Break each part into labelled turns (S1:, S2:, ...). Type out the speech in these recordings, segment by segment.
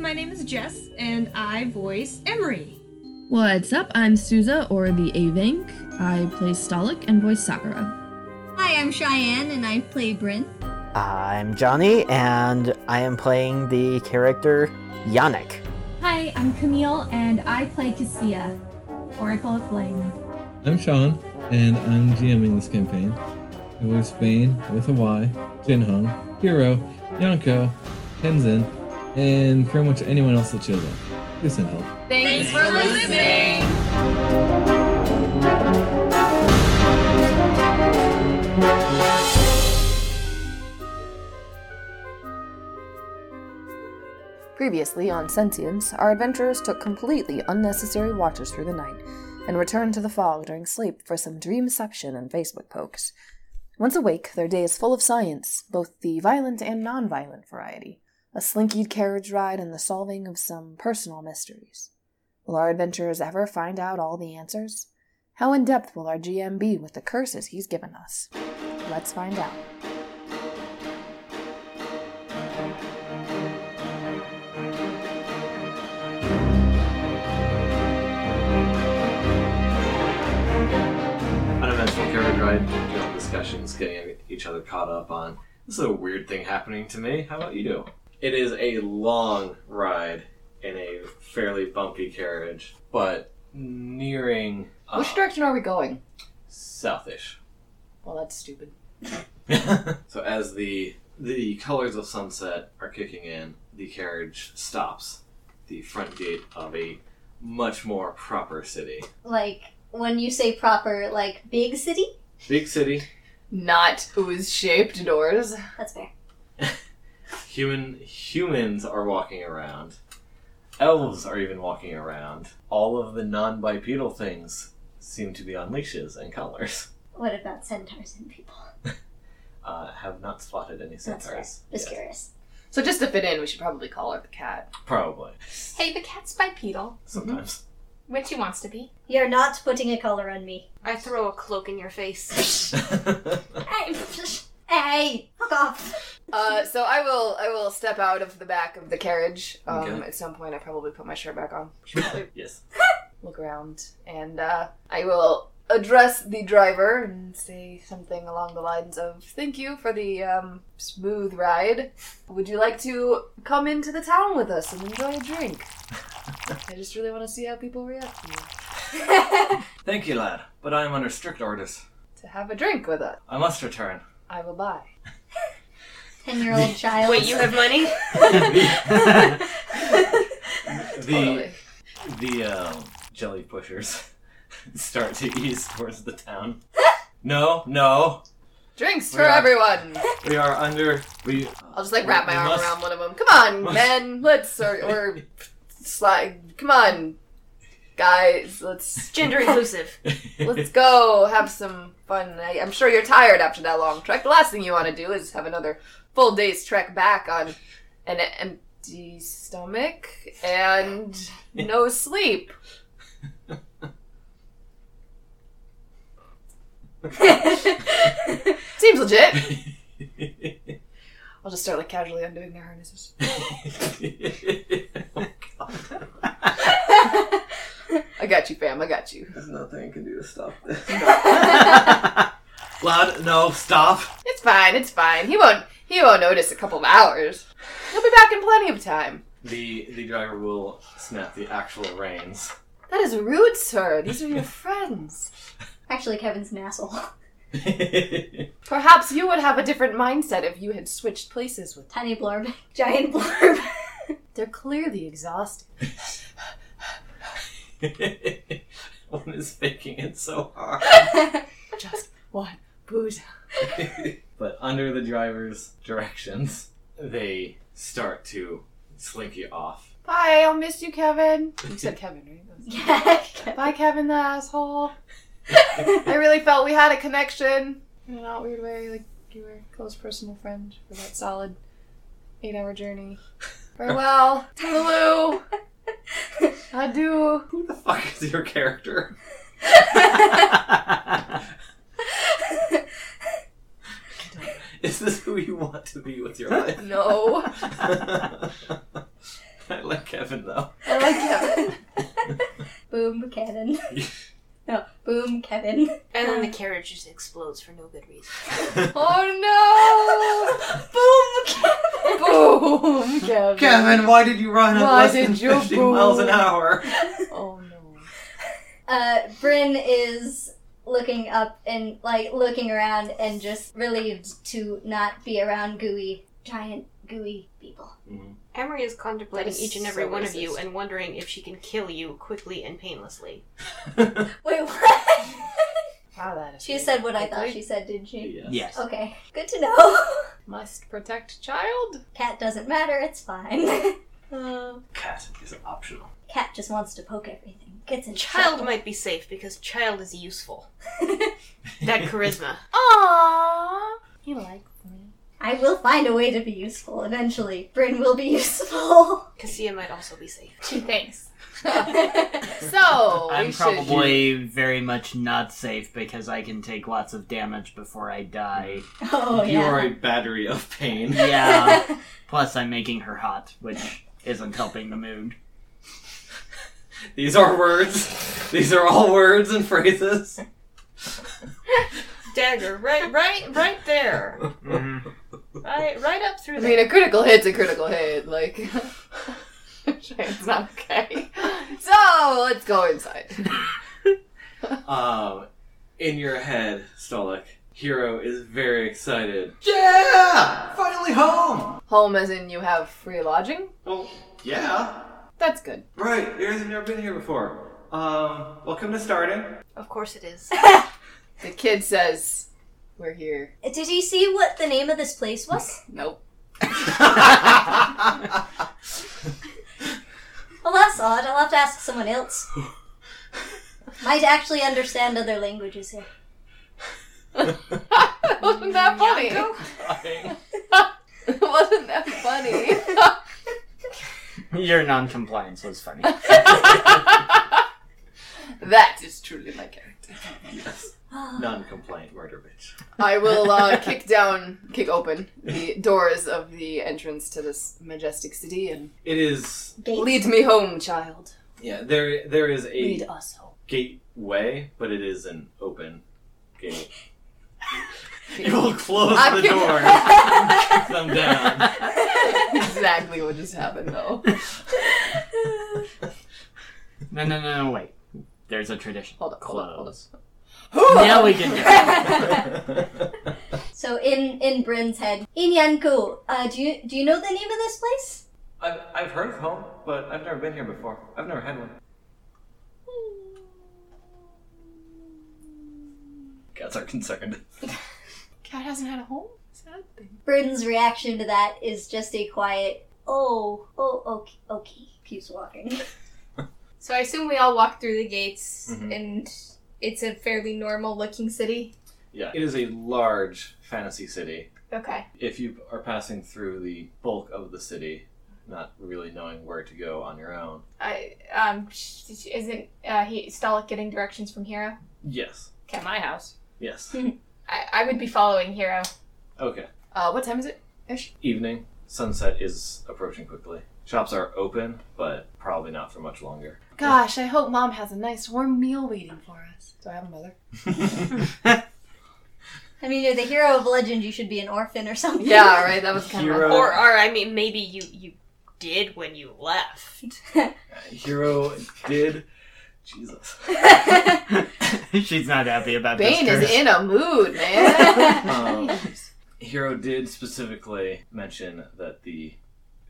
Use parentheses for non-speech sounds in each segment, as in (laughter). S1: my name is Jess, and I voice Emery.
S2: What's up? I'm Souza, or the Avink. I play Stalik and voice Sakura.
S3: Hi, I'm Cheyenne and I play Bryn.
S4: I'm Johnny, and I am playing the character Yannick.
S5: (laughs)
S6: Hi, I'm Camille, and I play Cassia, Oracle of Flame.
S7: I'm Sean, and I'm GMing this campaign. I was Bane with a Y, Jinhong, Hiro, Yonko, Tenzin, and pretty much anyone else that shows up. Please send help.
S1: Thanks, for listening.
S8: Previously on Sentience, our adventurers took completely unnecessary watches through the night and returned to the fog during sleep for some dreamception and Facebook pokes. Once awake, their day is full of science, both the violent and non-violent variety, a slinkied carriage ride and the solving of some personal mysteries. Will our adventurers ever find out all the answers? How in depth will our GM be with the curses he's given us? Let's find out.
S9: uneventful carriage ride, general discussions, getting each other caught up on. This is a weird thing happening to me. How about you do? It is a long ride in a fairly bumpy carriage, but nearing uh,
S5: Which direction are we going?
S9: southish.
S5: Well, that's stupid.
S9: (laughs) so as the the colors of sunset are kicking in, the carriage stops the front gate of a much more proper city.
S3: Like, when you say proper, like, big city?
S9: Big city,
S5: Not ooze shaped doors.
S3: That's fair.
S9: Human humans are walking around. Elves are even walking around. All of the non-bipedal things seem to be on leashes and collars.
S3: What about centaurs and people?
S9: (laughs) Uh, have not spotted any
S3: That's fair.
S9: centaurs.
S3: Just
S9: yet.
S3: curious.
S5: So just to fit in, we should probably call her the cat.
S9: Probably
S10: Hey, the cat's bipedal
S9: sometimes. (laughs)
S10: when she wants to be.
S3: You're not putting a collar on
S10: (laughs)
S3: me.
S10: I throw a cloak in your face. (laughs)
S3: Hey! (laughs) hey! Fuck off!
S5: Uh, so I will I will step out of the back of the carriage. Um,
S9: Okay.
S5: At some point, I probably put my shirt back on,
S9: yes.
S5: (laughs) look around, and uh, I will address the driver and say something along the lines of "Thank you for the um, smooth ride. Would you like to come into the town with us and enjoy a drink?" I just really want to see how people react to you.
S9: Thank you, lad. But I am under strict orders.
S5: To have a drink with us,
S9: I must return. (laughs)
S5: I will buy.
S3: Ten year
S10: (laughs)
S3: old child.
S10: Wait, you have money?
S9: the
S5: Totally.
S9: the um, jelly pushers (laughs) start to ease towards the
S3: (laughs)
S9: town. No, no,
S5: Drinks
S9: We
S5: for
S9: are-
S5: everyone.
S9: we are under. We.
S5: I'll just like wrap my
S9: we
S5: arm
S9: must-
S5: around one of them. Come on,
S9: Must-
S5: men. Let's
S9: (laughs)
S5: or, or slide. Come on, guys. Let's
S10: Gender inclusive.
S9: (laughs)
S5: let's go have some fun. I, I'm sure you're tired after that long trek. The last thing you want to do is have another full day's trek back on an empty stomach and no sleep. Seems legit. I'll just start like casually undoing their harnesses.
S9: oh, God.
S5: I got you, fam. I got you.
S9: There's nothing I can do to stop this. (laughs) Lad, no, stop.
S5: It's fine. It's fine. He won't. He won't notice a couple of hours. He'll be back in plenty of time.
S9: The the driver will snap the actual reins. (laughs)
S5: That is rude, sir. These are your friends.
S3: Actually, Kevin's an asshole. (laughs)
S5: Perhaps you would have a different mindset if you had switched places with them.
S3: Tiny blorb. Giant blorb.
S5: They're clearly exhausted.
S9: One is faking it so hard.
S5: Just one booze.
S9: but under the driver's directions, they start to slinky off.
S5: Bye. I'll miss you, Kevin. You said Kevin, right? That was-
S3: (laughs) yeah.
S10: (laughs)
S5: Bye, Kevin, the asshole. I really felt we had a connection in an odd weird way. Like you were a close personal friend for that solid eight-hour journey. Farewell, toodaloo. Adieu.
S9: Who the fuck is your character? (laughs) is this who you want to be with your life?
S5: No.
S9: I like Kevin though.
S3: I like Kevin. boom, Kevin.
S10: (laughs)
S3: No, boom, Kevin.
S10: And then the carriage just explodes for no good reason.
S5: (laughs) Oh no! Boom, Kevin!
S9: (laughs)
S5: Boom, (laughs) Kevin!
S9: Kevin, why did you run at
S5: Why
S9: less than
S5: did you
S9: 50 miles an
S5: boom?
S9: hour?
S5: Oh no.
S3: Uh, Bryn is looking up and like looking around and just relieved to not be around gooey, giant gooey people. (laughs)
S9: Mm-hmm.
S10: Emery is contemplating
S5: That is
S10: each and every
S5: so
S10: one of you
S5: racist.
S10: and wondering if she can kill you quickly and painlessly.
S3: Wait, what? (laughs)
S5: Wow, that is
S3: she said what I
S5: quickly.
S3: thought she said, didn't she?
S9: Yes.
S4: Yes.
S5: Oh,
S3: Okay, good to know. (laughs)
S5: Must protect child?
S3: Cat doesn't matter. It's fine. (laughs) Uh,
S9: Cat is optional.
S3: Cat just wants to poke everything. Gets in
S10: Child
S3: trouble.
S10: might be safe because child is (laughs) useful. that charisma.
S5: Aww! You like me.
S3: I will find a way to be useful eventually. Bryn will be (laughs)
S10: (laughs)
S3: useful.
S10: Cassia might also be safe.
S6: Thanks.
S5: So,
S3: (laughs)
S5: we
S11: I'm
S5: should-
S11: probably very much not safe because I can take lots of damage before I
S5: (laughs)
S11: die.
S3: Oh
S9: you
S3: yeah. (laughs)
S9: are a battery of pain. (laughs)
S11: Yeah. Plus, I'm making her hot, which isn't helping the
S5: (laughs)
S11: mood.
S9: These are words. These are all words and phrases.
S10: Dagger, (laughs) right, right, right there. Right, right up through
S5: I
S10: there.
S5: mean, a critical hit's a critical hit. Like, (laughs) it's not okay. (laughs) So, let's go inside.
S9: Um, in your head, Stolik, Hero is very excited. Yeah! Finally home!
S5: Home, as in you have free lodging?
S9: Well, Oh, yeah.
S5: That's good.
S9: Right, you guys have never been here before. Um, welcome to (laughs) Starden.
S10: Of course it (laughs) is.
S5: The kid says, We're here.
S3: Did you see what the name of this place was?
S5: Nope. (laughs)
S3: Well, that's odd. I'll have to ask someone else. Might actually understand other languages here.
S5: Wasn't that
S3: Mm,
S5: funny? (laughs) Wasn't that funny? (laughs)
S11: Your non-compliance was (laughs) funny.
S5: (laughs) that is truly my character.
S9: Non-compliant murder bitch.
S5: I will uh, kick down, kick open the doors of the entrance to this majestic city and
S9: It is,
S3: Gate.
S5: lead me home, child.
S9: yeah, there, there is
S5: Lead
S9: a
S5: us home. (laughs)
S9: gateway, but it is an open gate. you will close
S5: I
S9: the
S5: can-
S9: door
S5: (laughs)
S9: and kick them down.
S5: exactly what just happened, though.
S11: No, no, no, no, wait. There's a tradition.
S5: Hold up, hold up, hold up.
S11: Close. Now we can do it.
S3: So in in Bryn's head, Inyanku, uh, do you do you know the name of this place?
S9: I've, I've heard of home, but I've never been here before. I've never had one. Cats are concerned.
S5: Cat hasn't had a home? Sad thing.
S3: Bryn's reaction to that is just a quiet, oh, oh, okay, okay. Keeps walking.
S6: So I assume we all walk through the gates,
S9: Mhm.
S6: and it's a fairly normal looking city.
S9: Yeah, it is a large fantasy city.
S6: Okay.
S9: If you are passing through the bulk of the city, not really knowing where to go on your own.
S6: I um sh- sh- isn't uh, he Stalik getting directions from Hero?
S9: Yes.
S6: At my house.
S9: Yes.
S6: I, I would be following Hero.
S9: Okay.
S5: Uh, what time is it?
S9: Evening. Sunset is approaching quickly. Shops are open, but probably not for much longer.
S5: Gosh, I hope mom has a nice warm meal waiting for us. Do I have
S6: (laughs)
S5: another?
S3: I mean, you're the hero of legend. You should be an orphan or something.
S5: Yeah, (laughs) right. That was kind of.
S9: Hero.
S10: or, or I mean, maybe you you did when you left.
S9: Hero did. Jesus.
S5: (laughs)
S11: (laughs) She's not happy about
S5: Bane
S11: this.
S5: is in a mood, man.
S9: Um, Hero did specifically mention that the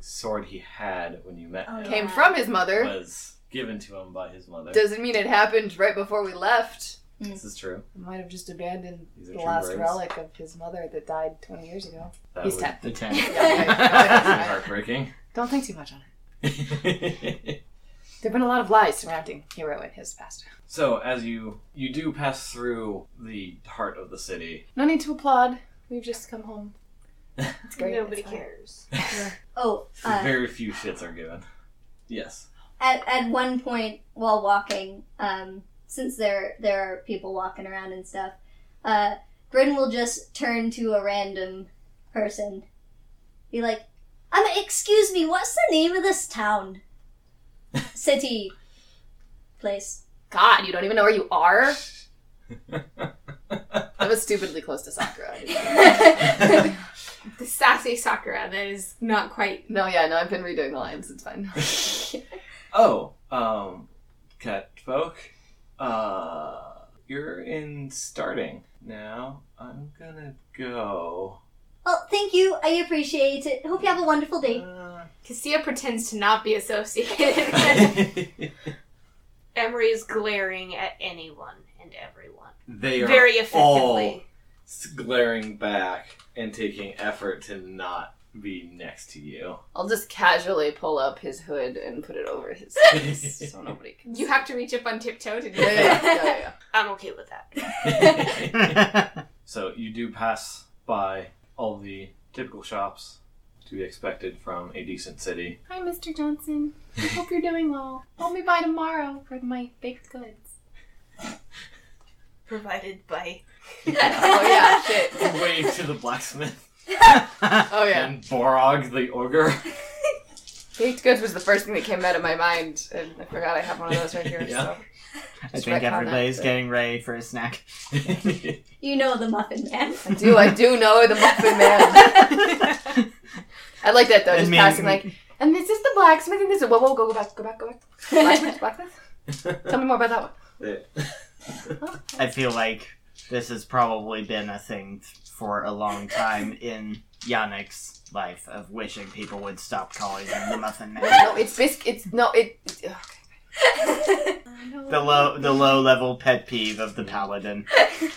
S9: sword he had when you met him
S5: Came from his mother.
S9: was given to him by his mother.
S5: Doesn't mean it happened right before we left.
S9: this is true.
S5: He might have just abandoned
S9: These are
S5: the
S9: true
S5: last
S9: words.
S5: relic of his mother that died 20 years ago.
S9: That
S5: He's
S9: would
S5: ten. (laughs)
S11: The ten.
S5: okay. Go
S9: (laughs)
S5: ahead.
S9: be heartbreaking. (laughs)
S5: Don't think too much on it. There have been a lot of lies surrounding Hero and his past.
S9: so as you you do pass through the heart of the city,
S5: No need to applaud. We've just come home. It's great.
S10: Nobody
S5: it's fine.
S10: cares.
S3: (laughs) Oh, uh,
S9: very few shits are given. Yes.
S3: at, at one point while walking, um, since there there are people walking around and stuff, uh, Bryn will just turn to a random person, be like, Um, excuse me, what's the name of this town? City. Place.
S5: (laughs) God, you don't even know where you
S9: (laughs)
S5: are? that was stupidly close to Sakura.
S12: The sassy Sakura that is not quite.
S5: No, yeah, no, I've been redoing the lines. It's fine.
S9: Oh, um, Catfolk, uh, you're in starting now. I'm gonna go.
S3: Well, thank you. I appreciate it. Hope you have a wonderful day.
S9: uh, (laughs)
S12: Cassia pretends to not
S6: (laughs)
S12: be associated. Emery is glaring at anyone and everyone.
S9: They are
S12: very effectively.
S9: all s- glaring back and taking effort to not be next to you.
S12: (laughs)
S5: I'll just casually pull up his hood and put it over his face so nobody
S9: (laughs)
S5: can.
S12: You have to reach up on tiptoe to do
S5: Yeah,
S12: that.
S5: yeah, yeah, yeah.
S12: I'm okay with that.
S11: (laughs)
S9: so you do pass by all the typical shops to be expected from a decent city.
S12: Hi, Mr. Johnson. I hope you're doing well. I'll be by tomorrow for my baked goods. Provided by.
S5: Oh yeah, shit.
S9: Way to the blacksmith.
S5: Oh yeah.
S9: And Borog the ogre.
S5: Baked goods was the first thing that came out of my mind, and I forgot I have one of those right here.
S11: Yeah.
S5: So.
S11: I
S5: Just
S11: think
S5: retcon that
S11: everybody's
S5: bit.
S11: getting ready for a
S5: (laughs)
S11: snack. (laughs)
S3: You know the Muffin Man. (laughs)
S5: I do, I do know the Muffin Man. I like that though,
S11: I
S5: just
S11: mean-
S5: passing like, and this is the blacksmith, and this is whoa, whoa, go, go back, go back, go back. Blacksmith, blacksmith. Tell me more about that one.
S11: I feel like this has probably been a thing for a long time in Yannick's life of wishing people would stop calling him the Muffin Man.
S5: (laughs) No, it's bisc. It's no, it. Okay.
S11: The low, the low level pet peeve of the
S5: (laughs)
S11: paladin.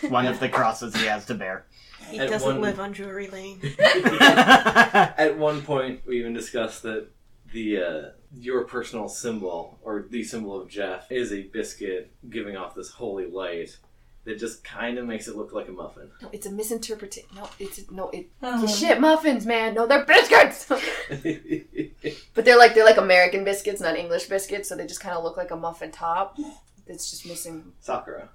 S11: One of the crosses he has to bear. (laughs)
S12: He
S9: At
S12: doesn't
S9: one-
S12: live on Jewelry Lane.
S9: (laughs) At one point, we even discussed that the uh, your personal symbol or the symbol of Jeff is a biscuit giving off this holy light that just kind of makes it look like a muffin. (laughs)
S5: No, it's a misinterpretation. No, it's a, no, it.
S3: Oh.
S5: Shit, muffins, man. No, they're biscuits. (laughs) but they're like they're like American biscuits, not English biscuits. So they just kind of look like a muffin top. It's just missing.
S9: Sakura.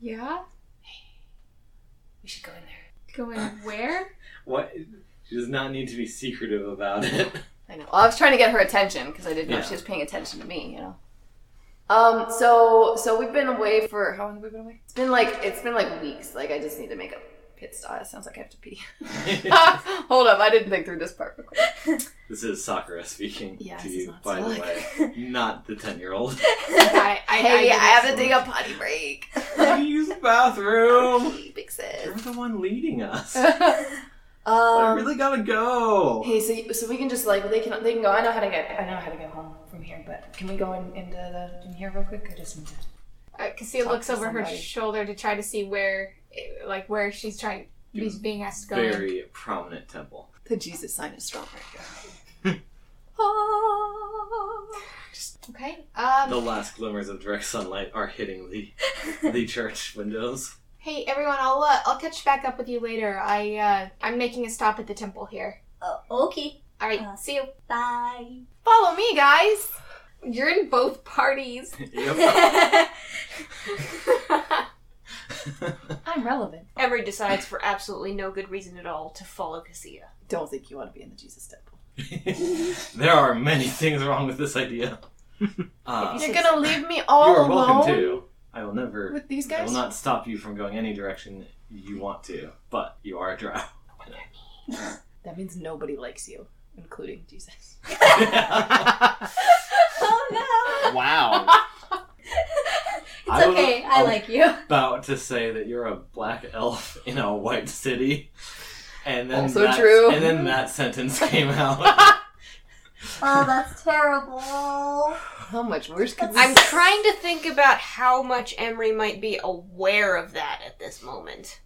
S12: Yeah?
S5: We should go in there.
S12: Going where?
S9: What? She does not need to be secretive about it.
S5: I know. Well, I was trying to get her attention because I didn't know
S9: Yeah.
S5: she was paying attention to me. You know. Um. So so we've been away for how long have we been away? It's been like it's been like weeks. Like I just need to make a pit stop. It sounds like I have
S9: (laughs)
S5: to pee. (laughs) Hold up, I didn't think through this part. real quick.
S9: This is Sakura speaking
S5: Yes,
S9: to
S5: it's
S9: you,
S5: not
S9: by the
S5: Sakura. (laughs)
S9: way, not the ten-year-old.
S12: I, I,
S5: hey, I,
S12: I,
S5: have to take a potty break.
S9: (laughs) Use the bathroom.
S5: Big sis.
S9: You're the one leading
S5: (laughs)
S9: us. I
S5: Um,
S9: really gotta go.
S5: Hey, so you- so we can just like they can they can go. I know how to get I know how to get home from here, but can we go in, into the in here real quick? I just need to.
S12: Uh, Cassia
S5: Talk
S12: looks
S5: to
S12: over her
S5: somebody.
S12: shoulder to try to see where, like, where she's trying, she's being asked to go. in.
S9: Very prominent temple.
S5: The Jesus sign is strong right here.
S12: Ah. Okay. Um,
S9: The last glimmers of direct sunlight are hitting the
S5: (laughs)
S9: the church windows.
S12: Hey everyone, I'll uh, I'll catch back up with you later. I uh, I'm making a stop at the temple here.
S3: Oh, okay.
S12: All right,
S5: Uh-huh.
S3: Uh,
S12: see you.
S3: Bye. (laughs)
S12: Follow me, guys. You're in both parties. (laughs)
S3: Oh,
S5: I'm relevant.
S12: Emery decides, for absolutely no good reason at all, to follow (laughs) Cassia.
S5: Don't think you want to be in the Jesus temple.
S9: (laughs) there are many things wrong with this idea. Uh,
S5: You're gonna leave me
S9: you
S5: all
S9: are
S5: alone
S9: welcome to. I will never.
S5: with these
S9: I
S5: guys. Mm-hmm.
S9: will not stop you from going any direction you want to. But you are a drow.
S5: (laughs) That means nobody likes you, including Jesus. (laughs)
S3: Oh
S11: wow.
S3: no.
S9: I
S3: (laughs) It's
S9: was-
S3: okay. I
S9: I-
S3: like you.
S9: (laughs) About to say that you're a black elf in a white city, and then
S5: Also
S9: that,
S5: true.
S9: And then that sentence came out.
S5: (laughs)
S3: Oh, that's terrible.
S5: How much worse could
S12: I'm trying to think about how much Emery might be aware of that at this moment.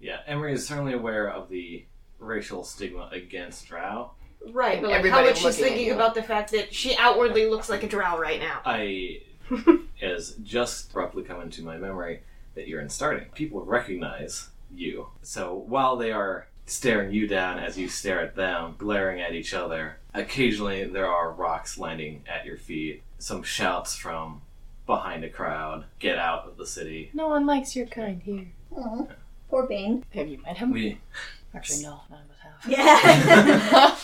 S9: yeah, Emery is certainly aware of the racial stigma against drow.
S12: Right, but like how
S5: Everybody
S12: much she's
S5: looking at
S12: thinking
S5: you.
S12: about the fact that she outwardly looks like a drow right now.
S9: I has just abruptly come into my memory that you're in starting. People recognize you. So while they are staring you down as you stare at them, glaring at each other, occasionally there are rocks landing at your feet, some shouts from behind a crowd, get out of the city.
S5: No one likes your kind here.
S3: Aw, poor Bane.
S5: Have you met him?
S9: We
S5: Actually, no, none of us (laughs) have.
S9: Yeah.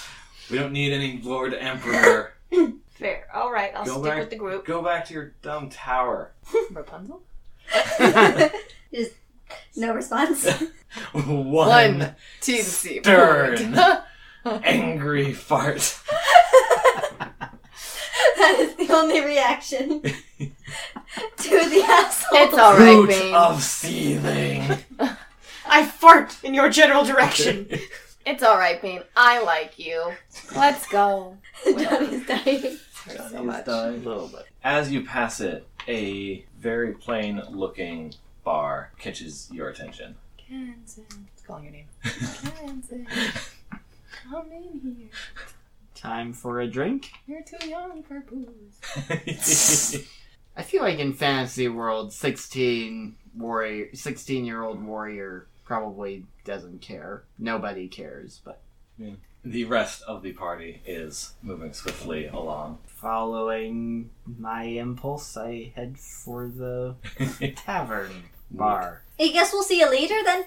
S9: we don't need any Lord (laughs) Emperor.
S12: Fair. All right, I'll stick with the group.
S9: Go back to your dumb tower.
S5: Rapunzel?
S3: (laughs) Just no
S5: (laughs)
S3: response.
S9: One, (laughs)
S5: One team seed. (laughs)
S9: stern, angry fart.
S3: that is the only
S5: (laughs)
S3: reaction to the asshole.
S5: It's all right,
S9: Root
S5: Bane.
S9: of seething. (laughs)
S5: I fart in your general direction. it's all right, Bane. I like you. Let's go.
S3: Johnny's dying.
S5: So
S9: It's dying a little bit. As you pass it, a very plain looking bar catches your
S3: (laughs)
S9: attention.
S5: Kansas. It's calling your name.
S9: (laughs)
S5: Kansas. Come in here.
S11: Time for a drink.
S5: You're too young for booze.
S11: I feel like in fantasy world, sixteen warrior, sixteen year old warrior probably doesn't care. Nobody cares, but
S9: The rest of the party is moving swiftly along.
S3: (laughs)
S11: following my impulse, I head for
S9: (laughs)
S11: the tavern bar.
S3: I guess we'll see you later then.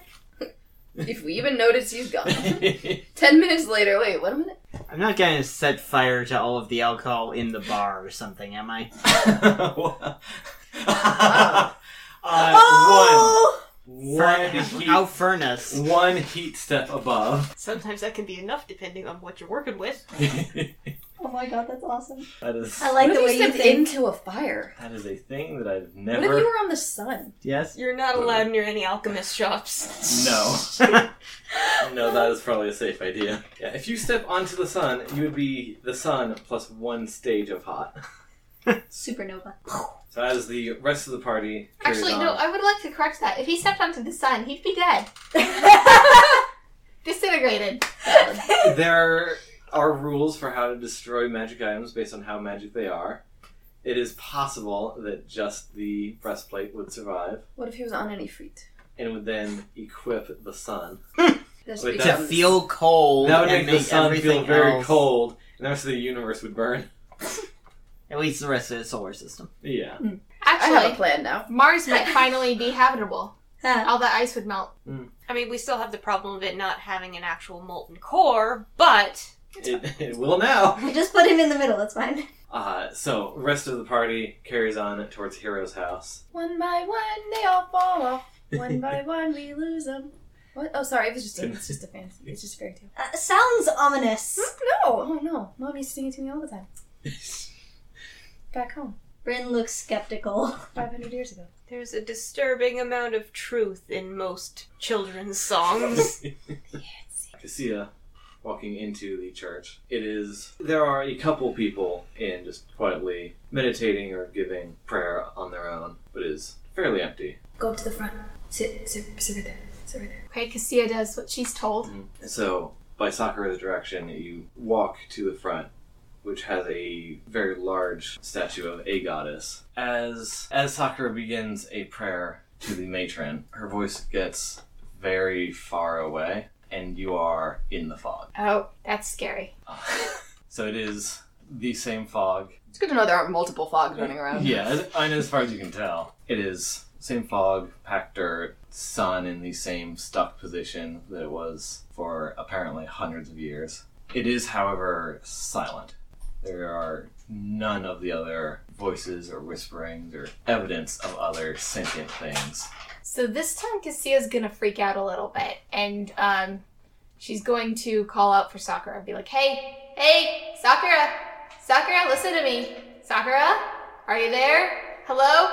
S5: If we even notice he's gone.
S9: Uh,
S5: Ten minutes later, wait, what a minute.
S11: I'm not gonna set fire to all of the alcohol in the bar or something, am I?
S9: Uh,
S3: Oh!
S9: One, one heat,
S11: Out furnace. (laughs)
S9: (laughs) one heat step above.
S12: Sometimes that can be enough depending on what you're working with.
S3: Oh my god, that's awesome.
S9: That is
S3: I like
S5: what
S3: the
S5: if
S3: way
S5: you
S3: you
S5: stepped
S3: think.
S5: into a fire?
S9: that is a thing that I've
S5: What if
S9: never.
S5: you were on the sun?
S11: Yes.
S12: You're not allowed near any alchemist shops.
S9: No. no, that is probably a safe idea. Yeah, if you step onto the sun, you would be the sun plus one stage of hot.
S3: Supernova.
S9: So as the rest of the party carries
S12: (laughs) Actually,
S9: on,
S12: no, I would like to correct that. If he stepped onto the sun, he'd
S5: (laughs)
S12: be dead. (laughs) Disintegrated.
S9: there are rules for how to destroy magic items based on how magic they are. It is possible that just the breastplate would survive
S5: What if he was on any feet?
S9: and would then equip the sun.
S5: This
S9: Wait,
S11: To
S9: that-
S11: feel cold
S9: That would
S11: and
S9: make
S11: make
S9: the sun
S11: everything
S9: feel very
S11: else-
S9: cold, and the rest of the universe would burn. (laughs)
S11: At least the rest of the solar system.
S12: (laughs)
S9: Yeah.
S5: I have a
S12: Actually,
S5: plan now. (laughs)
S12: Mars might finally be habitable.
S3: Huh.
S12: All that ice would melt.
S9: Mm.
S12: I mean, we still have the problem of it not having an actual molten core, but
S9: It, it will now.
S3: We just put him in the middle, that's fine.
S9: Uh, so rest of the party carries on towards Hero's house.
S5: One by one, they all fall off.
S9: (laughs)
S5: One by one, we lose them. What? Oh, sorry. It was just a, it's just a fantasy. It's just a fairy tale.
S3: Uh, sounds ominous.
S5: No. Oh no, mom used to sing it to me all
S3: (laughs)
S5: the time. Back home,
S3: Bryn looks skeptical. (laughs)
S5: five hundred years ago.
S12: there's a disturbing amount of truth in most children's songs.
S9: (laughs) Cassia walking into the church. It is there are a couple people in just quietly meditating or giving prayer on their own, but it is fairly empty.
S5: Go up to the front. Sit, sit, sit right there. Sit right there.
S12: okay, Cassia does what she's told.
S9: So by Sakura's direction, you walk to the front, which has a very large statue of a goddess. As as Sakura begins a prayer to the matron, her voice gets very far away, and you are in the fog. (laughs)
S12: Oh, that's scary.
S9: So it is the same fog.
S5: It's good to know there aren't multiple fogs running around.
S9: Yeah, as, I know as far as you can tell, it is same fog, packed dirt, sun in the same stuck position that it was for apparently hundreds of years. It is, however, silent. There are none of the other voices or whisperings or evidence of other sentient things.
S12: So this time Cassia's gonna freak out a little bit, and um, she's going to call out for Sakura and be like, "Hey, hey, Sakura, Sakura, listen to me, Sakura, are you there? Hello,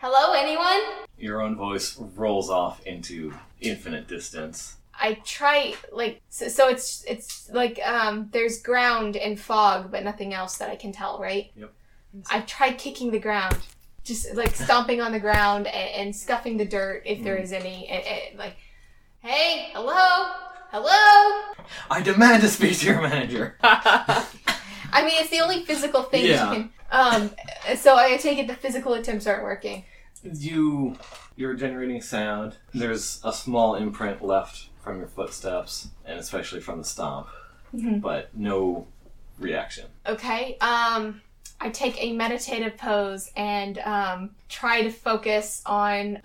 S12: hello, anyone?"
S9: Your own voice rolls off into infinite distance.
S12: I try like so, so it's it's like um, there's ground and fog, but nothing else that I can tell, right?
S9: Yep.
S12: I try kicking the ground. Just like stomping on the ground and, and scuffing the dirt if
S9: Mm.
S12: there is any, and, and, like, hey, hello, hello,
S9: I demand to speak to your manager.
S12: I mean, it's the only physical thing
S9: Yeah.
S12: you can. Um, so I take it the physical attempts aren't working.
S9: you you're generating sound there's a small imprint left from your footsteps and especially from the stomp
S12: Mhm.
S9: but no reaction
S12: Okay. Um, I take a meditative pose and um, try to focus on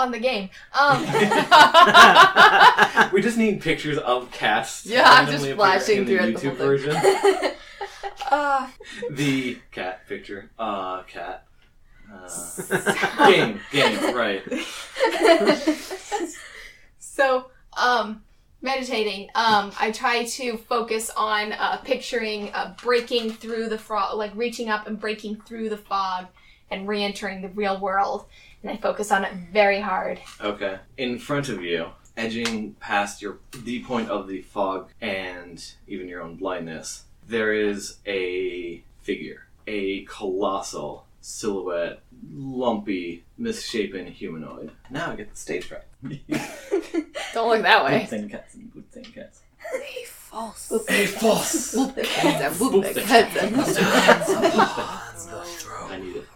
S12: on the game. Um,
S9: we just need pictures of cats.
S12: (laughs) Yeah, I'm just
S9: randomly appear
S12: flashing
S9: in the
S12: through it
S9: YouTube
S12: the whole
S9: version.
S12: (laughs) uh, (laughs)
S9: the cat picture. Uh, cat.
S12: (laughs)
S9: Uh, game, game, right.
S12: so um meditating um i try to focus on uh, picturing uh, breaking through the fog like reaching up and breaking through the fog and re-entering the real world and i focus on it very hard
S9: Okay. In front of you, edging past your the point of the fog and even your own blindness, there is a figure, a colossal silhouette, lumpy, misshapen humanoid. Now I get the stage right.
S5: Don't look that
S9: Good
S5: way.
S9: thing cats and good thing cats.
S5: False.
S9: A false. I need it.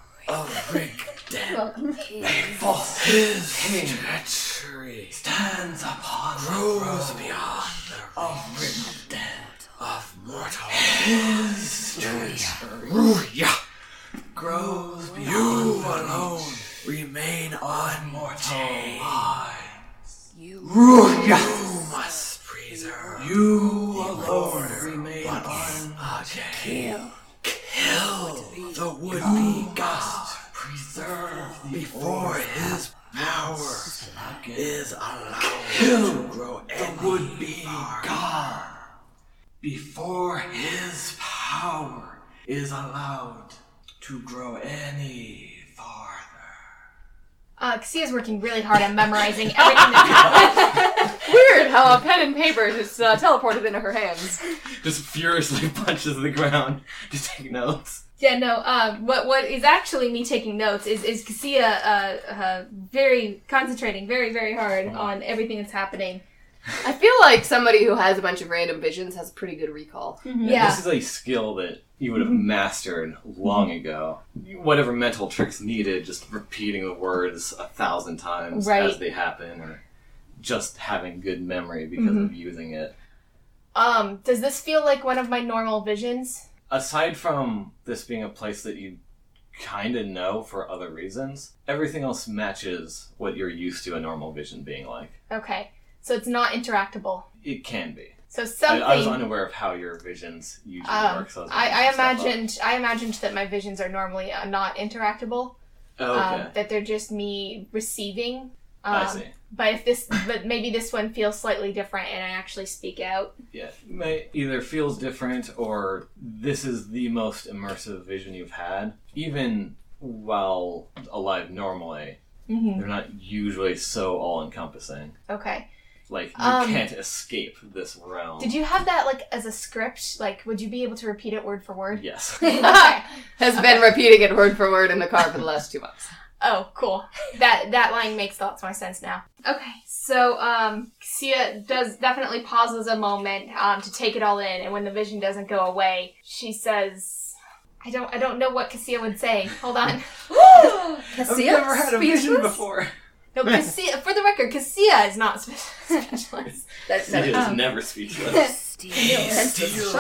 S3: Welcome.
S13: tree stands upon grows beyond the of dead of mortal his yeah grows beyond you alone remain unmortal lives you, must preserve
S12: Uh,
S13: you alone remain unmortal kill kill the would-be god preserve before his power is allowed to grow the would-be god before his power is allowed to grow any
S12: uh Xia's working really hard on memorizing everything that
S5: Weird how a pen and paper just uh, teleported into her hands.
S9: Just furiously (laughs) punches the ground to take notes.
S12: Yeah, no. Um, what what is actually me taking notes is is Cassia uh, uh, very concentrating, very very hard on everything that's happening.
S5: I feel like somebody who has a bunch of random visions has pretty good recall.
S9: This is a skill that you would have
S12: Mm-hmm.
S9: mastered long ago. Whatever mental tricks needed, just repeating the words a thousand times as
S12: Right.
S9: they happen, or just having good memory because of
S12: Mhm.
S9: using it.
S12: Um, does this feel like one of my normal visions?
S9: Aside from this being a place that you kind of know for other reasons, everything else matches what you're used to a normal vision being like.
S12: Okay, so it's not interactable.
S9: It can be.
S12: So
S9: I-
S12: something.
S9: I, was unaware of how your visions usually
S12: um,
S9: work. So I, was
S12: I,
S9: making
S12: I
S9: stuff up.
S12: imagined I imagined that my visions are normally uh, not interactable.
S9: Oh, okay.
S12: um, that they're just me receiving. Um,
S9: I see.
S12: But if this, but maybe this one feels slightly different, and I actually speak out.
S9: Yeah, may either feels different or this is the most immersive vision you've had. Even while alive normally,
S12: Mhm.
S9: they're not usually so all encompassing.
S12: Okay.
S9: Like, you
S12: Um,
S9: can't escape this realm.
S12: Did you have that like as a script? Like, would you be able to repeat it word for word? (laughs)
S9: Yes. (laughs)
S5: Has been repeating it word for word in the car for the last two months.
S12: Oh, cool. That that line makes lots more sense now. Okay, so um, Sia does definitely pauses a moment um, to take it all in, and when the vision doesn't go away, she says, "I don't, I don't know what Cassia would say. Hold on."
S5: Cassia? never had a vision Speechless?
S9: before.
S12: No, Cassia. For the record, Cassia is not spe- (laughs) speechless.
S9: That's Cassia is um, never speechless.
S12: Steals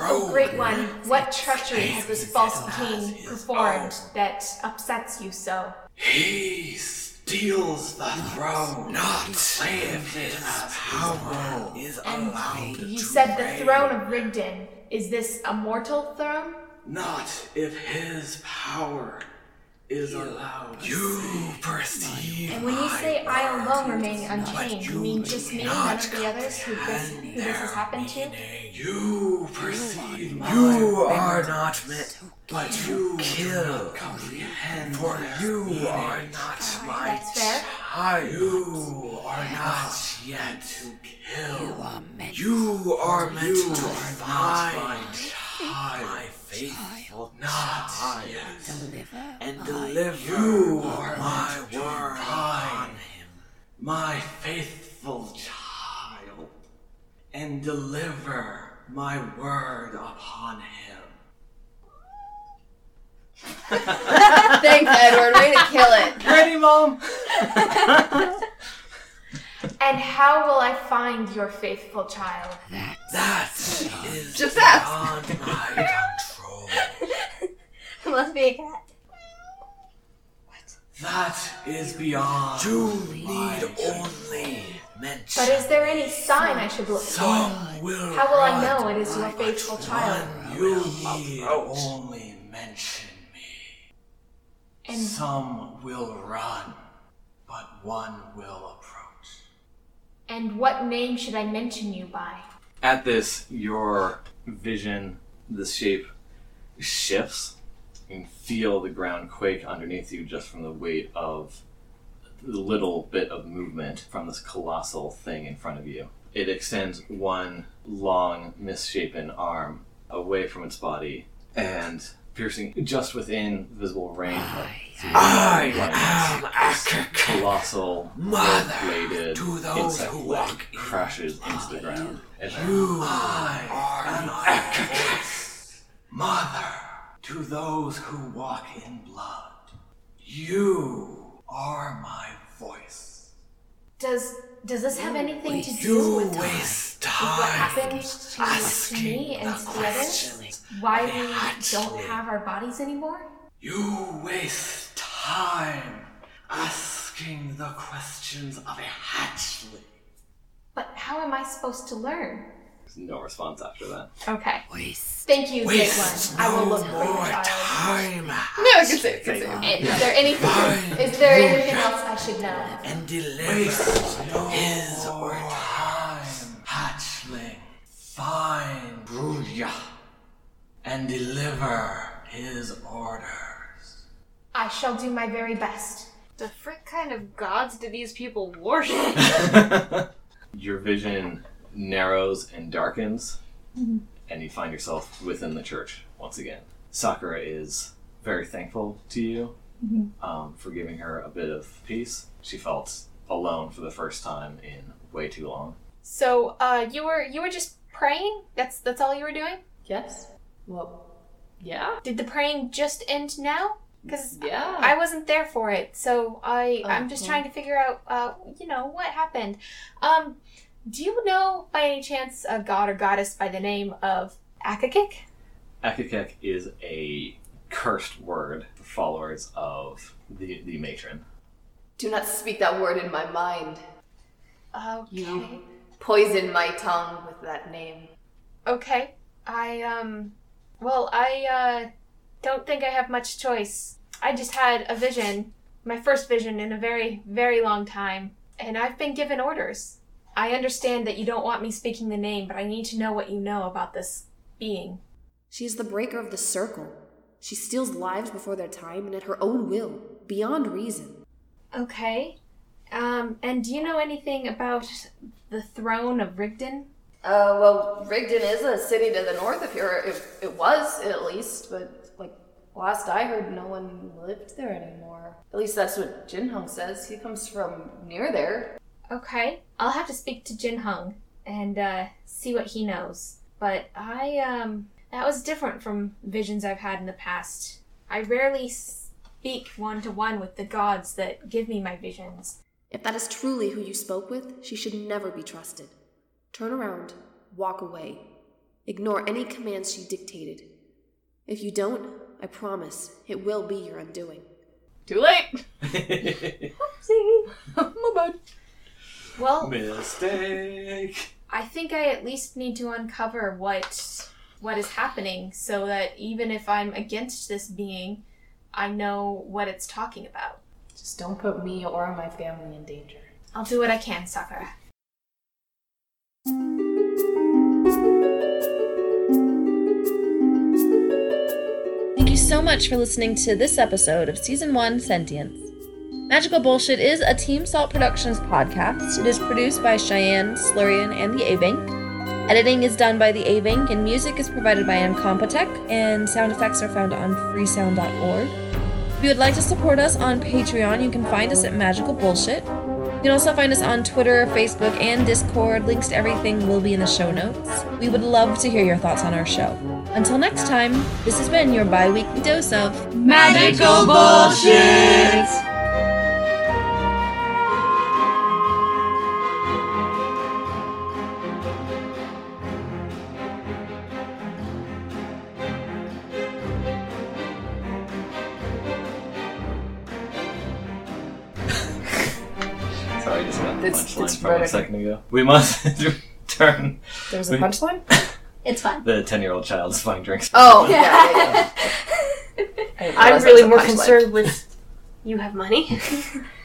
S12: Oh, great one. What treachery has this false king performed that upsets you so?
S13: He steals the throne. Not if his power is allowed.
S12: You said the throne of Rigdon. Is this a mortal throne?
S13: Not if his power is allowed. You perceive.
S12: And when you say I alone remain unchanged, you mean just me, none of the others who this, who this has happened to?
S13: You perceive. You are not meant. But you kill. Comprehend. For you are not my
S12: That's fair.
S13: child. You are not yet to kill. You are meant. You are meant to find my faithful not yet. And deliver. You are my word upon him. My faithful child. And deliver my word upon him.
S5: Thanks, Edward. Way to kill it. (laughs)
S9: Ready, Mom?
S12: And how will I find your faithful child?
S13: That is
S12: Just
S13: beyond my
S12: Must be a cat.
S13: That is beyond. You need only mention.
S12: But is there any sign I should look for? How
S13: will
S12: will I know it is your faithful child?
S13: You need only mention me.
S12: And-
S13: Some will run, but one will approach.
S12: And what name should I mention you by?
S9: At this, your vision, the shape shifts. You can feel the ground quake underneath you just from the weight of the little bit of movement from this colossal thing in front of you. It extends one long, misshapen arm away from its body and piercing just within visible range. I am colossal, bladed
S13: to those
S9: insect
S13: who
S9: leg
S13: walk
S9: crashes into the ground. And
S13: You are an Akakas, mother to those who walk in blood. You are my voice.
S12: Does does this have anything to do
S13: You
S12: with
S13: waste
S12: with what
S13: time
S12: happened to, to me and to the others? Why we don't have our bodies anymore?
S13: You waste time asking the questions of a hatchling.
S12: But how am I supposed to learn?
S9: there's no response after that.
S12: Okay. Thank you,
S13: Waste
S12: Zaylan. I will look for your child.
S13: Time
S12: No, it's good. Is there anything? Is there
S13: Fine.
S12: anything else I should know?
S13: and delivers his or time. Hatchling, find Brulia and deliver his order.
S12: I shall do my very best.
S10: (laughs) The frick kind of gods do these people worship?
S9: (laughs) Your vision narrows and darkens,
S10: Mhm.
S9: and you find yourself within the church once again. Sakura is very thankful to you
S10: Mhm.
S9: um, for giving her a bit of peace. She felt alone for the first time in way too long.
S12: So, uh, you were you were just praying? That's that's all you were doing?
S5: Yes. Well, yeah.
S12: Did the praying just end now? Because
S5: Yeah.
S12: I wasn't there for it, so I I'm just
S5: Okay.
S12: trying to figure out, uh, you know, what happened. Um, do you know by any chance a god or goddess by the name of Akakik?
S9: Akakek is a cursed word for followers of the, the
S3: (laughs)
S9: matron. (laughs)
S5: Do not speak that word in my mind.
S12: Okay.
S5: You poison my tongue with that name.
S12: Okay. I um well, I uh don't think I have much choice. I just had a vision, my first vision in a very very long time, and I've been given orders. I understand that you don't want me speaking the name, but I need to know what you know about this being.
S14: She is the breaker of the circle. She steals lives before their time and at her own will, beyond reason.
S12: Okay. Um and do you know anything about the throne of Rigdon?
S5: Uh, well, Rigdon is a city to the north of here. It, it was, at least, but, like, last I heard, no one lived there anymore. At least that's what Jin Hong says. He comes from near there.
S12: Okay. I'll have to speak to Jin Hung and uh, see what he knows. But I, um, that was different from visions I've had in the past. I rarely speak one to one with the gods that give me my visions.
S14: If that is truly who you spoke with, she should never be trusted. Turn around, walk away. Ignore any commands she dictated. If you don't, I promise it will be your undoing.
S5: Too late!
S12: See? (laughs) My bad. Well,
S9: Mistake!
S12: I think I at least need to uncover what what is happening so that even if I'm against this being, I know what it's talking about.
S5: Just don't put me or my family in danger.
S12: I'll do what I can, Sakura.
S2: Thank you so much for listening to this episode of Season 1 Sentience. Magical Bullshit is a Team Salt Productions podcast. It is produced by Cheyenne, Slurian, and the A Bank. Editing is done by the A Bank, and music is provided by Incompetech, and sound effects are found on freesound.org. If you would like to support us on Patreon, you can find us at Magical Bullshit. You can also find us on Twitter, Facebook, and Discord. Links to everything will be in the show notes. We would love to hear your thoughts on our show. Until next time, this has been your bi weekly dose of
S1: Magical Bullshit!
S9: Sorry, I just got the
S3: It's- it's
S9: punchline from a
S3: vertical.
S9: second ago. We must (laughs) turn.
S3: There's a
S9: we-
S3: punchline? It's fine.
S9: The ten-year-old child's buying drinks.
S3: Oh, yeah, yeah, yeah. I didn't realize
S12: I'm
S3: that was
S12: really
S3: a
S12: more
S3: punchline.
S12: concerned with you have money.